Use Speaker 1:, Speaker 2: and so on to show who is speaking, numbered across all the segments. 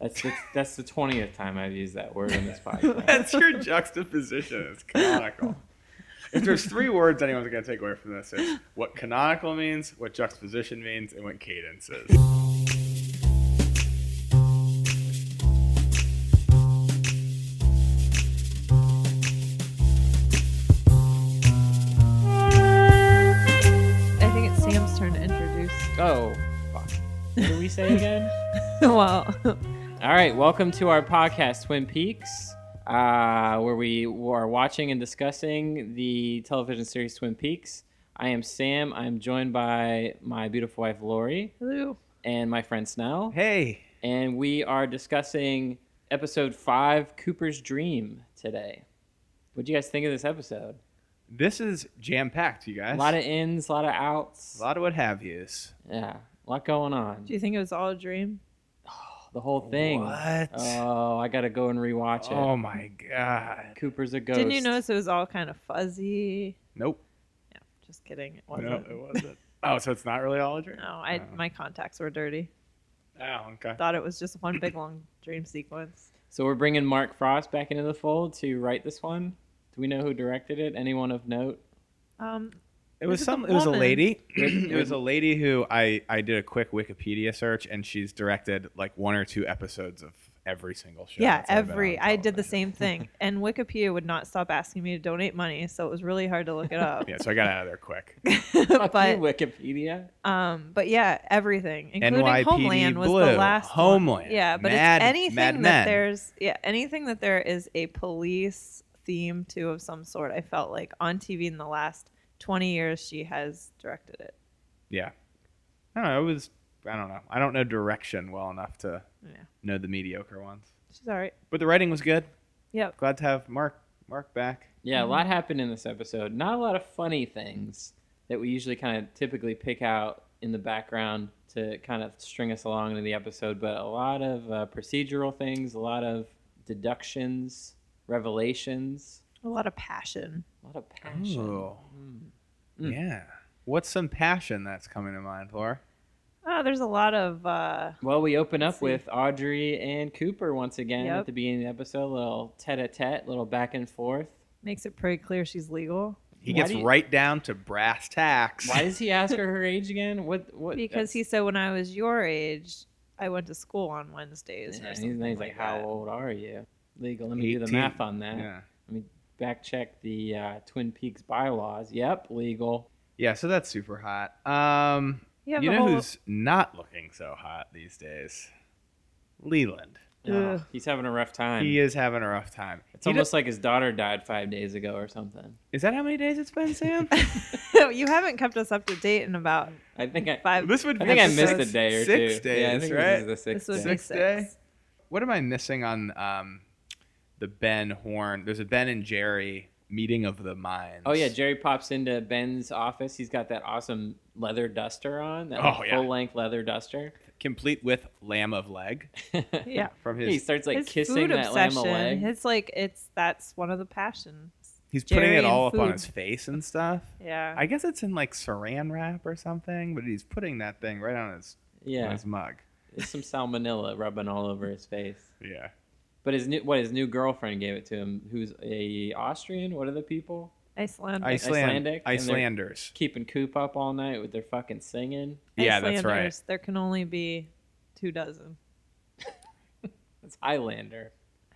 Speaker 1: That's the, that's the twentieth time I've used that word in this podcast.
Speaker 2: That's your juxtaposition. It's canonical. If there's three words anyone's going to take away from this, it's what canonical means, what juxtaposition means, and what cadence is.
Speaker 3: I think it's Sam's turn to introduce.
Speaker 1: oh, fuck. What do we say again?
Speaker 3: well,
Speaker 1: All right, welcome to our podcast, Twin Peaks, uh, where we are watching and discussing the television series Twin Peaks. I am Sam. I'm joined by my beautiful wife Lori
Speaker 3: hello.
Speaker 1: and my friend Snell,
Speaker 2: Hey.
Speaker 1: and we are discussing episode five, Cooper's Dream, today. What do you guys think of this episode?
Speaker 2: This is jam packed, you
Speaker 1: A
Speaker 2: guys.
Speaker 1: lot of ins, a lot of outs.
Speaker 2: a lot of what have yous.
Speaker 1: Yeah, a lot going on.
Speaker 3: Do you think it was all a dream?
Speaker 1: The whole thing.
Speaker 2: What?
Speaker 3: Uh,
Speaker 1: Oh, I gotta go and rewatch it.
Speaker 2: oh my god.
Speaker 1: Cooper's a ghost.
Speaker 3: Didn't you notice it was all kind of fuzzy?
Speaker 2: Nope.
Speaker 3: Yeah, just kidding. It
Speaker 2: No,
Speaker 3: wasn't.
Speaker 2: it wasn't. Oh, so it's not really all a dream?
Speaker 3: No, I
Speaker 2: Oh.
Speaker 3: my contacts were dirty.
Speaker 2: Oh, okay.
Speaker 3: Thought it was just one big long dream sequence.
Speaker 1: So we're bringing Mark Frost back into the fold to write this one. Do we know who directed it? Anyone of note?
Speaker 3: Um,
Speaker 2: It was
Speaker 3: Look at
Speaker 2: some.
Speaker 3: the
Speaker 2: It was a
Speaker 3: woman.
Speaker 2: lady. it was a lady who I I did a quick Wikipedia search, and she's directed like one or two episodes of every single show.
Speaker 3: yeah,
Speaker 2: that's ever been
Speaker 3: every.
Speaker 2: on
Speaker 3: I did the
Speaker 2: television.
Speaker 3: same thing, and Wikipedia would not stop asking me to donate money, so it was really hard to look it up.
Speaker 2: Yeah, so I got out of there quick.
Speaker 1: Fuck you,
Speaker 3: but
Speaker 1: Wikipedia.
Speaker 3: um, but yeah, everything, including
Speaker 2: NYPD
Speaker 3: Homeland, was
Speaker 2: Blue,
Speaker 3: the last one.
Speaker 2: Homeland,
Speaker 3: Yeah, but
Speaker 2: Mad-
Speaker 3: it's anything
Speaker 2: Mad
Speaker 3: that
Speaker 2: Men.
Speaker 3: there's yeah anything that there is a police theme to of some sort. I felt like on TV in the last twenty years, she has directed it.
Speaker 2: Yeah, I don't know. It was. I don't know. I don't know direction well enough to
Speaker 3: Yeah,
Speaker 2: know the mediocre ones.
Speaker 3: she's all right.
Speaker 2: But the writing was good.
Speaker 3: Yep.
Speaker 2: Glad to have Mark Mark back.
Speaker 1: Yeah, a
Speaker 3: Mm-hmm.
Speaker 1: lot happened in this episode. Not a lot of funny things that we usually kind of typically pick out in the background to kind of string us along in the episode, but a lot of uh, procedural things, a lot of deductions, revelations,
Speaker 3: A lot of passion.
Speaker 1: a lot of passion.
Speaker 2: Oh.
Speaker 1: Mm. Mm.
Speaker 2: yeah. What's some passion that's coming to mind, Laura?
Speaker 3: Ah, there's a lot of uh,
Speaker 1: Well, we open
Speaker 3: Let's
Speaker 1: up
Speaker 3: see.
Speaker 1: with Audrey and Cooper once again at
Speaker 3: Yep.
Speaker 1: the beginning of the episode, little tete a tete, little back and forth.
Speaker 3: makes it pretty clear she's legal
Speaker 2: He
Speaker 1: Why
Speaker 2: gets
Speaker 1: do you-
Speaker 2: right down to brass tacks.
Speaker 1: Why does he ask her her age again? What? What?
Speaker 3: because he said when I was your age, I went to school on Wednesdays.
Speaker 1: Yeah,
Speaker 3: or
Speaker 1: and
Speaker 3: something
Speaker 1: he's, he's like,
Speaker 3: like
Speaker 1: "How
Speaker 3: that.
Speaker 1: old are you?" Legal. Let me do the
Speaker 2: 18.
Speaker 1: math on that.
Speaker 2: Yeah.
Speaker 1: Back check the uh, Twin Peaks bylaws. Yep, legal.
Speaker 2: Yeah, so that's super hot. Um,
Speaker 3: Yeah,
Speaker 2: you
Speaker 3: the
Speaker 2: know
Speaker 3: whole-
Speaker 2: who's not looking so hot these days? Leland.
Speaker 1: Oh,
Speaker 3: Ugh.
Speaker 1: he's having a rough time.
Speaker 2: He is having a rough time.
Speaker 1: It's
Speaker 2: He
Speaker 1: almost like his daughter died five days ago or something.
Speaker 2: does- is that how many days it's been, Sam?
Speaker 3: you haven't kept us up to date in about
Speaker 1: I think I.
Speaker 3: five.
Speaker 2: this would
Speaker 1: I
Speaker 2: be
Speaker 1: think I
Speaker 2: episode
Speaker 1: missed a day or
Speaker 2: six
Speaker 1: two.
Speaker 2: days,
Speaker 1: yeah, I think
Speaker 2: right?
Speaker 1: This is the sixth
Speaker 3: this would
Speaker 1: day.
Speaker 3: be
Speaker 2: Sixth
Speaker 3: six.
Speaker 2: day? what am I missing on um, the Ben Horn? There's a Ben and Jerry meeting of the minds.
Speaker 1: Oh yeah, Jerry pops into Ben's office. He's got that awesome leather duster on, that
Speaker 2: Oh, yeah.
Speaker 1: full length leather duster.
Speaker 2: complete with lamb of leg
Speaker 3: Yeah.
Speaker 2: from
Speaker 1: he
Speaker 2: his.
Speaker 1: starts like
Speaker 3: his
Speaker 1: kissing
Speaker 3: food
Speaker 1: that lamb
Speaker 3: obsession.
Speaker 1: of leg.
Speaker 3: It's like it's that's one of the passions.
Speaker 2: He's putting
Speaker 3: Jerry
Speaker 2: it all up
Speaker 3: and
Speaker 2: on
Speaker 3: food.
Speaker 2: his face and stuff.
Speaker 3: Yeah.
Speaker 2: I guess it's in like Saran wrap or something, but he's putting that thing right on his on
Speaker 1: yeah,
Speaker 2: his mug.
Speaker 1: there's some salmonella rubbing all over his face.
Speaker 2: Yeah.
Speaker 1: But his new what his new girlfriend gave it to him, who's a Austrian. What are the people
Speaker 3: Iceland.
Speaker 2: Icelandic.
Speaker 1: Icelandic, and they're-
Speaker 2: Icelanders.
Speaker 1: keeping Coop up all night with their fucking singing?
Speaker 2: Yeah, that's right.
Speaker 3: Icelanders, There can only be two dozen.
Speaker 1: It's Highlander.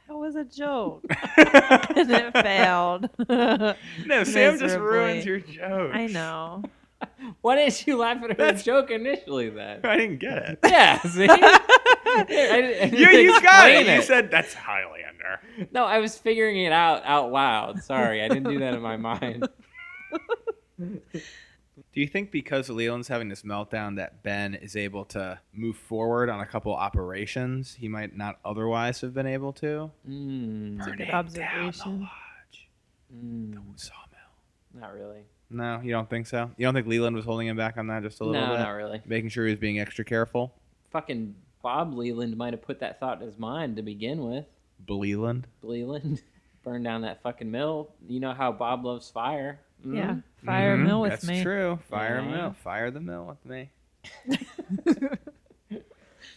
Speaker 3: That was a joke. and it failed. I
Speaker 2: no, Sam just
Speaker 3: Miserably.
Speaker 2: ruins your joke.
Speaker 3: know.
Speaker 1: Why didn't you laugh at her
Speaker 2: That's-
Speaker 1: joke initially then?
Speaker 2: I didn't get it.
Speaker 1: yeah, see. I didn't- I
Speaker 2: You,
Speaker 1: didn't
Speaker 2: you got
Speaker 1: explain
Speaker 2: it. You said that's Highlander.
Speaker 1: No, I was figuring it out out loud. Sorry, I didn't do that in my mind.
Speaker 2: Do you think because Leland's having this meltdown that Ben is able to move forward on a couple operations he might not otherwise have been able to?
Speaker 1: Mm,
Speaker 3: good
Speaker 2: Burning
Speaker 3: observation.
Speaker 2: Down the
Speaker 1: mm,
Speaker 2: lodge. The sawmill.
Speaker 1: not really.
Speaker 2: No, you don't think so? You don't think Leland was holding him back on that just a
Speaker 1: No,
Speaker 2: little bit?
Speaker 1: not really.
Speaker 2: Making sure he was being extra careful?
Speaker 1: Fucking Bob Leland might have put that thought in his mind to begin with.
Speaker 2: Leland?
Speaker 1: Leland burned down that fucking mill. You know how Bob loves fire. Mm.
Speaker 3: Yeah. Fire a mill with
Speaker 2: Mm-hmm. That's
Speaker 3: me.
Speaker 2: true. Fire a
Speaker 1: Yeah.
Speaker 2: mill. Fire the mill with me.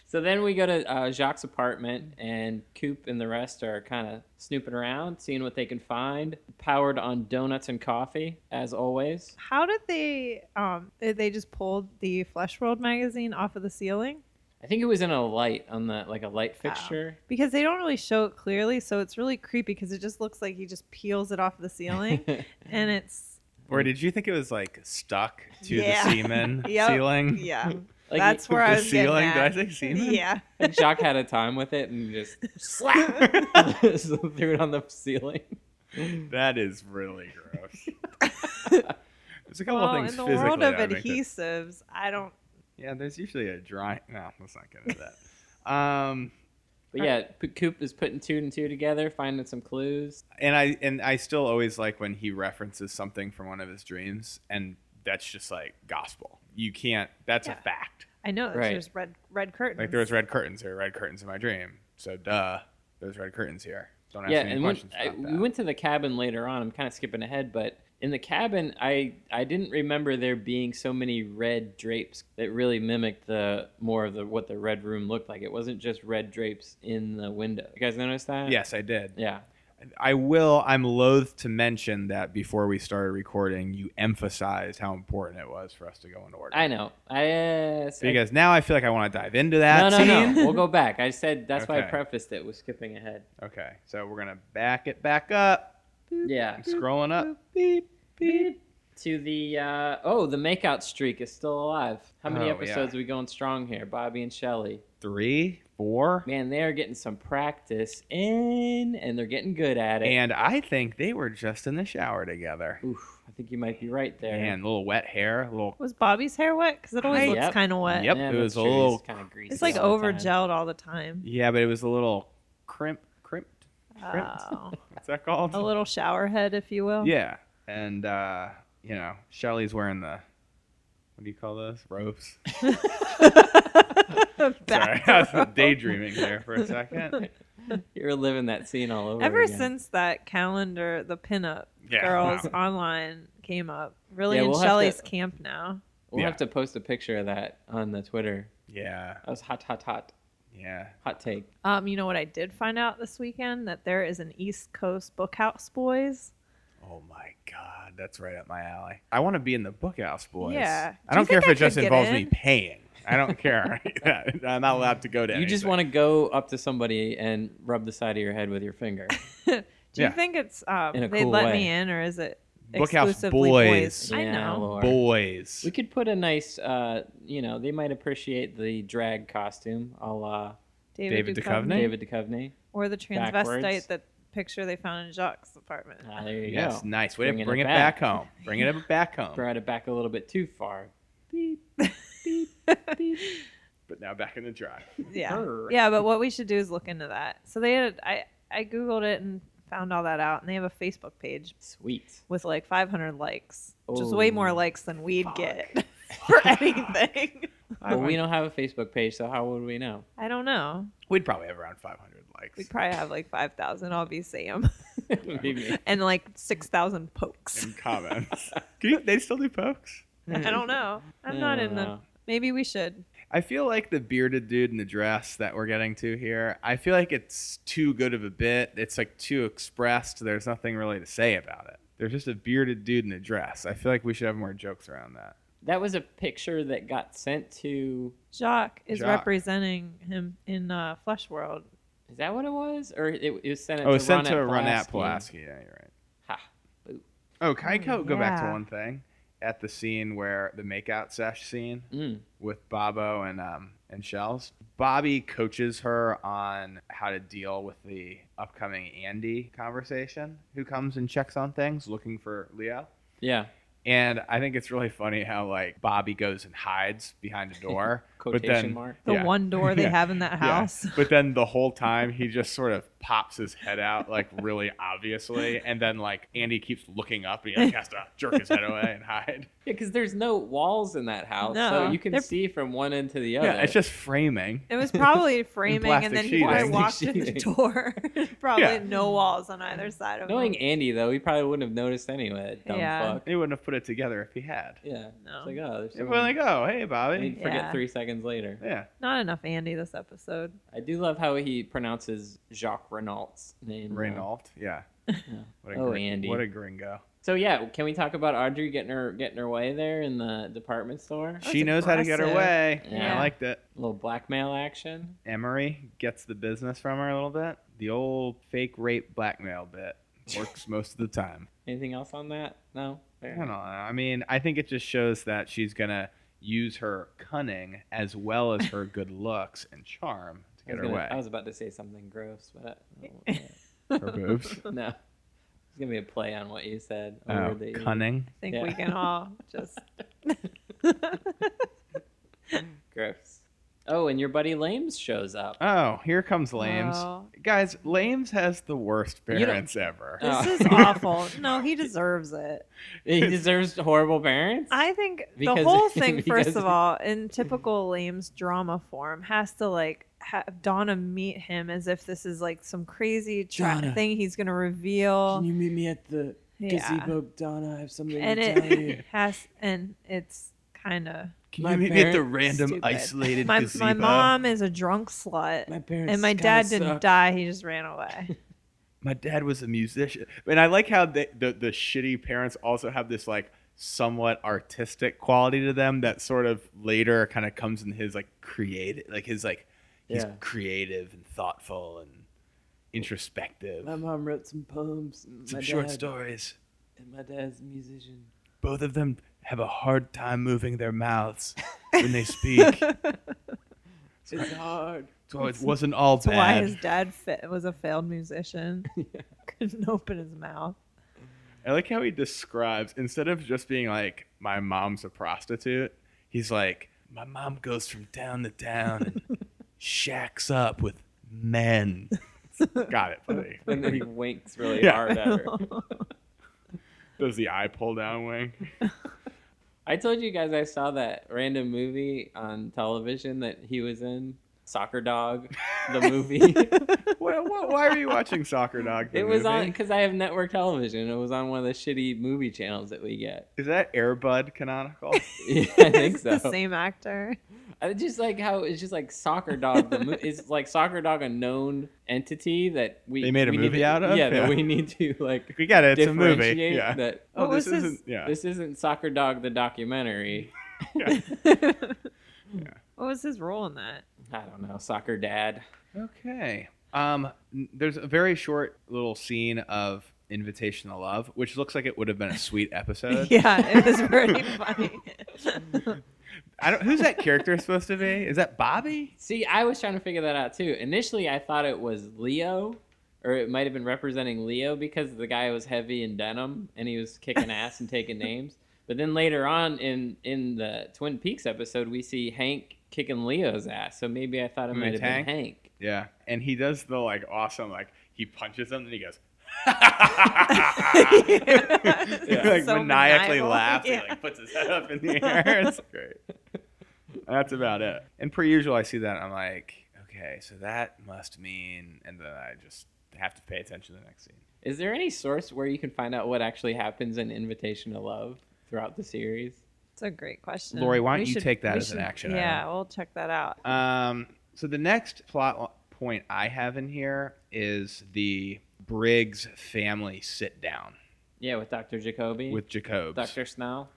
Speaker 1: So then we go to uh, Jacques' apartment, and Coop and the rest are kind of snooping around, seeing what they can find, powered on donuts and coffee, as always.
Speaker 3: How did they? Um, they just pulled the Flesh World magazine off of the ceiling
Speaker 1: I think it was in a light on the like a light fixture.
Speaker 3: because they don't really show it clearly, so it's really creepy because it just looks like he just peels it off the ceiling, and it's
Speaker 2: Or did you think it was like stuck to
Speaker 3: Mm-hmm. Yeah.
Speaker 2: the semen
Speaker 3: Yep.
Speaker 2: ceiling?
Speaker 3: yeah,
Speaker 1: Like,
Speaker 3: that's where
Speaker 2: the
Speaker 3: I was getting
Speaker 2: ceiling?
Speaker 3: at.
Speaker 2: Did I say semen?
Speaker 3: Yeah,
Speaker 1: like Jacques had a time with it and just slap so threw it on the ceiling.
Speaker 2: That is really gross. There's a couple
Speaker 3: well,
Speaker 2: things
Speaker 3: in the
Speaker 2: physically
Speaker 3: world of
Speaker 2: that would make that-
Speaker 3: adhesives, I don't.
Speaker 2: Yeah, there's usually a dry. No, let's not get into that. Um,
Speaker 1: But yeah, P- Coop is putting two and two together, finding some clues.
Speaker 2: and I and I still always like when he references something from one of his dreams, and that's just like gospel. You can't. That's
Speaker 3: Yeah.
Speaker 2: a fact.
Speaker 3: I know it's
Speaker 1: Right.
Speaker 3: there's red red curtains.
Speaker 2: Like there was red curtains here, red curtains in my dream. So duh, there's red curtains here. Don't ask
Speaker 1: yeah,
Speaker 2: any
Speaker 1: and when,
Speaker 2: questions
Speaker 1: I,
Speaker 2: about
Speaker 1: we
Speaker 2: that.
Speaker 1: went to the cabin later on. I'm kind of skipping ahead, but in the cabin, I I didn't remember there being so many red drapes that really mimicked the more of the what the red room looked like. It wasn't just red drapes in the window. You guys notice that?
Speaker 2: yes, I did.
Speaker 1: Yeah.
Speaker 2: I will. I'm loath to mention that before we started recording, you emphasized how important it was for us to go in order.
Speaker 1: I know. I, yes, I-
Speaker 2: because now I feel like I want to dive into
Speaker 1: no,
Speaker 2: that.
Speaker 1: no, no.
Speaker 2: scene.
Speaker 1: We'll go back. I said that's why I
Speaker 2: Okay.
Speaker 1: prefaced it with skipping ahead.
Speaker 2: Okay, so we're gonna back it back up.
Speaker 1: Yeah.
Speaker 2: I'm scrolling up.
Speaker 3: beep beep.
Speaker 1: To the uh, oh, the makeout streak is still alive. How many
Speaker 2: Oh,
Speaker 1: episodes are we going strong here? Bobby and Shelly.
Speaker 2: Three, four,
Speaker 1: Man, they are getting some practice in, and they're getting good at it.
Speaker 2: and I think they were just in the shower together.
Speaker 1: Oof, I think you might be right there.
Speaker 2: And little wet hair, little.
Speaker 3: Was Bobby's hair wet? Because it
Speaker 1: Yep.
Speaker 3: always looks kind of wet.
Speaker 2: Yep, it was a little-
Speaker 1: kind of greasy.
Speaker 3: It's like
Speaker 1: all the
Speaker 3: over
Speaker 1: time.
Speaker 3: gelled all the time.
Speaker 2: Yeah, but it was a little crimp, crimped. Crimped.
Speaker 3: Oh.
Speaker 2: What's that called?
Speaker 3: a little shower head, if you will.
Speaker 2: Yeah, and uh, you know, Shelly's wearing the. What do you call those? Ropes. Sorry,
Speaker 3: Back
Speaker 2: I was
Speaker 3: row.
Speaker 2: daydreaming there for a second.
Speaker 1: You're living that scene all over.
Speaker 3: Ever
Speaker 1: again.
Speaker 3: since that calendar, the pinup
Speaker 2: Yeah.
Speaker 3: girls
Speaker 2: wow.
Speaker 3: online came up, really
Speaker 1: Yeah,
Speaker 3: in
Speaker 1: we'll have
Speaker 3: Shelley's
Speaker 1: to-
Speaker 3: camp now.
Speaker 1: we'll
Speaker 2: Yeah.
Speaker 1: have to post a picture of that on the Twitter.
Speaker 2: Yeah,
Speaker 1: That was hot, hot, hot,
Speaker 2: yeah.
Speaker 1: hot take.
Speaker 3: Um, you know what I did find out this weekend that there is an East Coast Bookhouse Boys.
Speaker 2: Oh my god, that's right up my alley. I want to be in the bookhouse, boys.
Speaker 3: Yeah. Do
Speaker 2: I
Speaker 3: you
Speaker 2: don't care
Speaker 3: think
Speaker 2: if
Speaker 3: I
Speaker 2: it just
Speaker 3: could get
Speaker 2: involves me
Speaker 3: in?
Speaker 2: paying. I don't care. Yeah, I'm not allowed to go to.
Speaker 1: You just want to go up to somebody and rub the side of your head with your finger.
Speaker 3: Do
Speaker 2: Yeah.
Speaker 3: you think it's um,
Speaker 1: In a
Speaker 3: they
Speaker 1: cool
Speaker 3: let
Speaker 1: way.
Speaker 3: me in, or is it
Speaker 2: Bookhouse
Speaker 3: exclusively
Speaker 2: Boys.
Speaker 3: I
Speaker 1: Yeah,
Speaker 3: know.
Speaker 1: Lord.
Speaker 2: boys.
Speaker 1: We could put a nice, uh, you know, they might appreciate the drag costume, a la
Speaker 2: David Duchovny? Name?
Speaker 1: David Duchovny.
Speaker 3: or the transvestite
Speaker 1: Backwards.
Speaker 3: that picture they found in Jacques' apartment.
Speaker 1: Ah, there you
Speaker 2: yes,
Speaker 1: go.
Speaker 2: nice. Way to
Speaker 1: Bringing
Speaker 2: bring
Speaker 1: it
Speaker 2: it back. home. Bring it back home.
Speaker 1: Brought it back a little bit too far. Beep.
Speaker 2: But now back in the drive.
Speaker 3: yeah,
Speaker 1: Her.
Speaker 3: yeah. But what we should do is look into that. So they had I I googled it and found all that out, and they have a Facebook page
Speaker 1: Sweet.
Speaker 3: with like 500 likes, which is way
Speaker 1: Oh.
Speaker 3: more likes than we'd get for anything.
Speaker 1: Well, we don't have a Facebook page, so how would we know?
Speaker 3: I don't know.
Speaker 2: We'd probably have around 500 likes.
Speaker 3: We'd probably have like 5,000. I'll be Sam,
Speaker 1: Maybe.
Speaker 3: and like 6,000 pokes.
Speaker 2: in comments. Can you, they still do pokes?
Speaker 3: I don't know. I'm not
Speaker 1: don't
Speaker 3: in the.
Speaker 1: know.
Speaker 3: Maybe we should.
Speaker 2: I feel like the bearded dude in the dress that we're getting to here. I feel like it's too good of a bit. It's like too expressed. There's nothing really to say about it. There's just a bearded dude in a dress. I feel like we should have more jokes around that.
Speaker 1: That was a picture that got sent to.
Speaker 3: Jacques is
Speaker 2: Jacques.
Speaker 3: representing him in uh, Flesh World.
Speaker 1: Is that what it was? Or it, it was sent it
Speaker 2: Oh,
Speaker 1: to
Speaker 2: it's sent to
Speaker 1: Ron
Speaker 2: Run at
Speaker 1: Pulaski.
Speaker 2: Pulaski. Yeah, you're right.
Speaker 1: Ha.
Speaker 2: Oh, can I go, go back to
Speaker 3: yeah.
Speaker 2: one thing? At the scene where the makeout sesh scene
Speaker 1: Mm.
Speaker 2: with Bobo and um and Shells, Bobby coaches her on how to deal with the upcoming Andy conversation, who comes and checks on things, looking for Leo.
Speaker 1: Yeah.
Speaker 2: And I think it's really funny how like Bobby goes and hides behind a door, but
Speaker 1: Quotation
Speaker 2: then
Speaker 1: mark.
Speaker 3: The
Speaker 2: Yeah.
Speaker 3: one door they
Speaker 2: Yeah.
Speaker 3: have in that
Speaker 2: yeah.
Speaker 3: house.
Speaker 2: but then the whole time he just sort of pops his head out like really obviously, and then like Andy keeps looking up and he like, has to jerk his head away and hide.
Speaker 1: Yeah, because there's no walls in that house, so
Speaker 3: No.
Speaker 1: you can
Speaker 3: They're-
Speaker 1: see from one end to the other.
Speaker 2: Yeah, it's just framing.
Speaker 3: It was probably framing,
Speaker 2: plastic
Speaker 3: and then he probably
Speaker 2: sheeting.
Speaker 3: walked in the
Speaker 1: Plastic
Speaker 3: door. probably
Speaker 2: Yeah.
Speaker 3: no walls on either side of
Speaker 1: Knowing
Speaker 3: him.
Speaker 1: Andy though, he probably wouldn't have noticed anyway. That dumb
Speaker 3: Yeah.
Speaker 1: fuck.
Speaker 2: He wouldn't have put it together if he had.
Speaker 1: Yeah.
Speaker 3: No.
Speaker 1: It's like oh, there's
Speaker 2: Everyone
Speaker 1: someone.
Speaker 2: like, oh, hey, Bobby.
Speaker 1: He'd forget
Speaker 3: Yeah.
Speaker 1: three seconds seconds later.
Speaker 2: Yeah.
Speaker 3: Not enough Andy this episode.
Speaker 1: I do love how he pronounces Jacques Renault's name. though.
Speaker 2: Renault. Yeah. What a
Speaker 1: Oh,
Speaker 2: gr-
Speaker 1: Andy.
Speaker 2: What a gringo.
Speaker 1: So yeah, can we talk about Audrey getting her getting her way there in the department store?
Speaker 3: That
Speaker 2: she
Speaker 3: was
Speaker 2: knows how to get her way.
Speaker 3: aggressive.
Speaker 1: Yeah.
Speaker 2: I liked it.
Speaker 1: A little blackmail action.
Speaker 2: Emery gets the business from her a little bit. The old fake rape blackmail bit works most of the time.
Speaker 1: Anything else on that? No.
Speaker 2: I
Speaker 1: Fair.
Speaker 2: don't know. I mean, I think it just shows that she's gonna use her cunning as well as her good looks and charm to
Speaker 1: I
Speaker 2: get
Speaker 1: was,
Speaker 2: her
Speaker 1: gonna-
Speaker 2: way.
Speaker 1: I was about to say something gross, but I don't want
Speaker 2: Her boobs.
Speaker 1: that. no. It's gonna be a play on what you said. a
Speaker 2: Oh,
Speaker 1: word that you-
Speaker 2: cunning.
Speaker 3: I think
Speaker 1: Yeah.
Speaker 3: we can all just.
Speaker 1: Gross. Oh, and your buddy Lames shows up.
Speaker 2: Oh, here comes Lames.
Speaker 3: Oh.
Speaker 2: Guys, Lames has the worst
Speaker 1: You don't-
Speaker 2: parents ever.
Speaker 1: Oh.
Speaker 3: This is awful. No, he deserves it.
Speaker 1: He deserves horrible parents.
Speaker 3: I think the
Speaker 1: Because-
Speaker 3: whole thing,
Speaker 1: because-
Speaker 3: first of all, in typical Lame's drama form, has to like have Donna meet him as if this is like some crazy tra-
Speaker 1: Donna.
Speaker 3: thing he's going to reveal.
Speaker 1: you meet me at the
Speaker 3: Yeah.
Speaker 1: Donna? I have something
Speaker 3: and it has, and it's kind of
Speaker 2: Can
Speaker 1: My
Speaker 2: you meet me at the
Speaker 1: parents-
Speaker 2: random
Speaker 3: stupid.
Speaker 2: isolated
Speaker 3: my,
Speaker 2: gazebo?
Speaker 3: my mom is a drunk slut.
Speaker 1: parents
Speaker 3: and my dad didn't die; he just ran away.
Speaker 2: my dad was a musician and i like how they, the, the shitty parents also have this like somewhat artistic quality to them that sort of later kind of comes in his like creative like his like he's
Speaker 1: Yeah.
Speaker 2: creative and thoughtful and introspective
Speaker 1: mom wrote some poems. and
Speaker 2: some short stories
Speaker 1: And my dad's a musician.
Speaker 2: both of them have a hard time moving their mouths when they speak
Speaker 1: It's hard.
Speaker 2: so it wasn't all
Speaker 3: That's why
Speaker 2: bad
Speaker 3: his dad fit, was a failed musician. Couldn't open his mouth.
Speaker 2: I like how he describes instead of just being like my mom's a prostitute, he's like my mom goes from town to town and shacks up with men. Got it, buddy.
Speaker 1: And then he winks really
Speaker 2: Yeah.
Speaker 1: hard at her.
Speaker 2: Does the eye pull down wing?
Speaker 1: I told you guys I saw that random movie on television that he was in, Soccer Dog, the movie.
Speaker 2: Well, what, why are you watching Soccer Dog? the
Speaker 1: it was on
Speaker 2: movie?
Speaker 1: because I have network television. It was on one of the shitty movie channels that we get.
Speaker 2: Is that Airbud canonical?
Speaker 1: Yeah, I think
Speaker 3: It's the
Speaker 1: so.
Speaker 3: same actor.
Speaker 1: I just like how it's just like Soccer Dog. The mo- is like Soccer Dog a known entity that we
Speaker 2: They made a
Speaker 1: we need
Speaker 2: movie
Speaker 1: to-
Speaker 2: out of?
Speaker 1: Yeah, that
Speaker 2: Yeah.
Speaker 1: we need to like
Speaker 2: We got it. It's a movie.
Speaker 1: differentiate
Speaker 2: Yeah.
Speaker 1: that.
Speaker 2: oh,
Speaker 3: What
Speaker 2: this
Speaker 3: was his-
Speaker 2: isn't. Yeah.
Speaker 1: This isn't Soccer Dog the documentary.
Speaker 2: yeah.
Speaker 3: What was his role in that?
Speaker 1: I don't know, Soccer Dad.
Speaker 2: Okay. Um, n- there's a very short little scene of Invitation to Love, which looks like it would have been a sweet episode.
Speaker 3: Yeah, it was pretty funny.
Speaker 2: I don't. Who's that character supposed to be? Is that Bobby?
Speaker 1: See, I was trying to figure that out too. Initially, I thought it was Leo, or it might have been representing Leo because the guy was heavy in denim and he was kicking ass and taking names. But then later on in in the Twin Peaks episode, we see Hank kicking Leo's ass. So maybe I thought it
Speaker 2: You
Speaker 1: might have
Speaker 2: mean Tank?
Speaker 1: been Hank.
Speaker 2: Yeah. And he does the like awesome like he punches him and he goes. He, like
Speaker 3: So
Speaker 2: maniacally
Speaker 3: maniacal.
Speaker 2: laughs
Speaker 3: Yeah.
Speaker 2: and like puts his head up in the air. It's great. That's about it. And per usual, I see that and I'm like, okay, so that must mean, and then I just have to pay attention to the next scene.
Speaker 1: Is there any source where you can find out what actually happens in Invitation to Love throughout the series?
Speaker 3: It's a great question.
Speaker 2: Lori, why don't
Speaker 3: We
Speaker 2: you take that
Speaker 3: we
Speaker 2: as an action
Speaker 3: Yeah,
Speaker 2: item?
Speaker 3: we'll check that out.
Speaker 2: Um, so the next plot lo- point I have in here is the Briggs family sit down
Speaker 1: Yeah, with Dr. Jacoby,
Speaker 2: with Jacobs.
Speaker 1: Dr. Snell.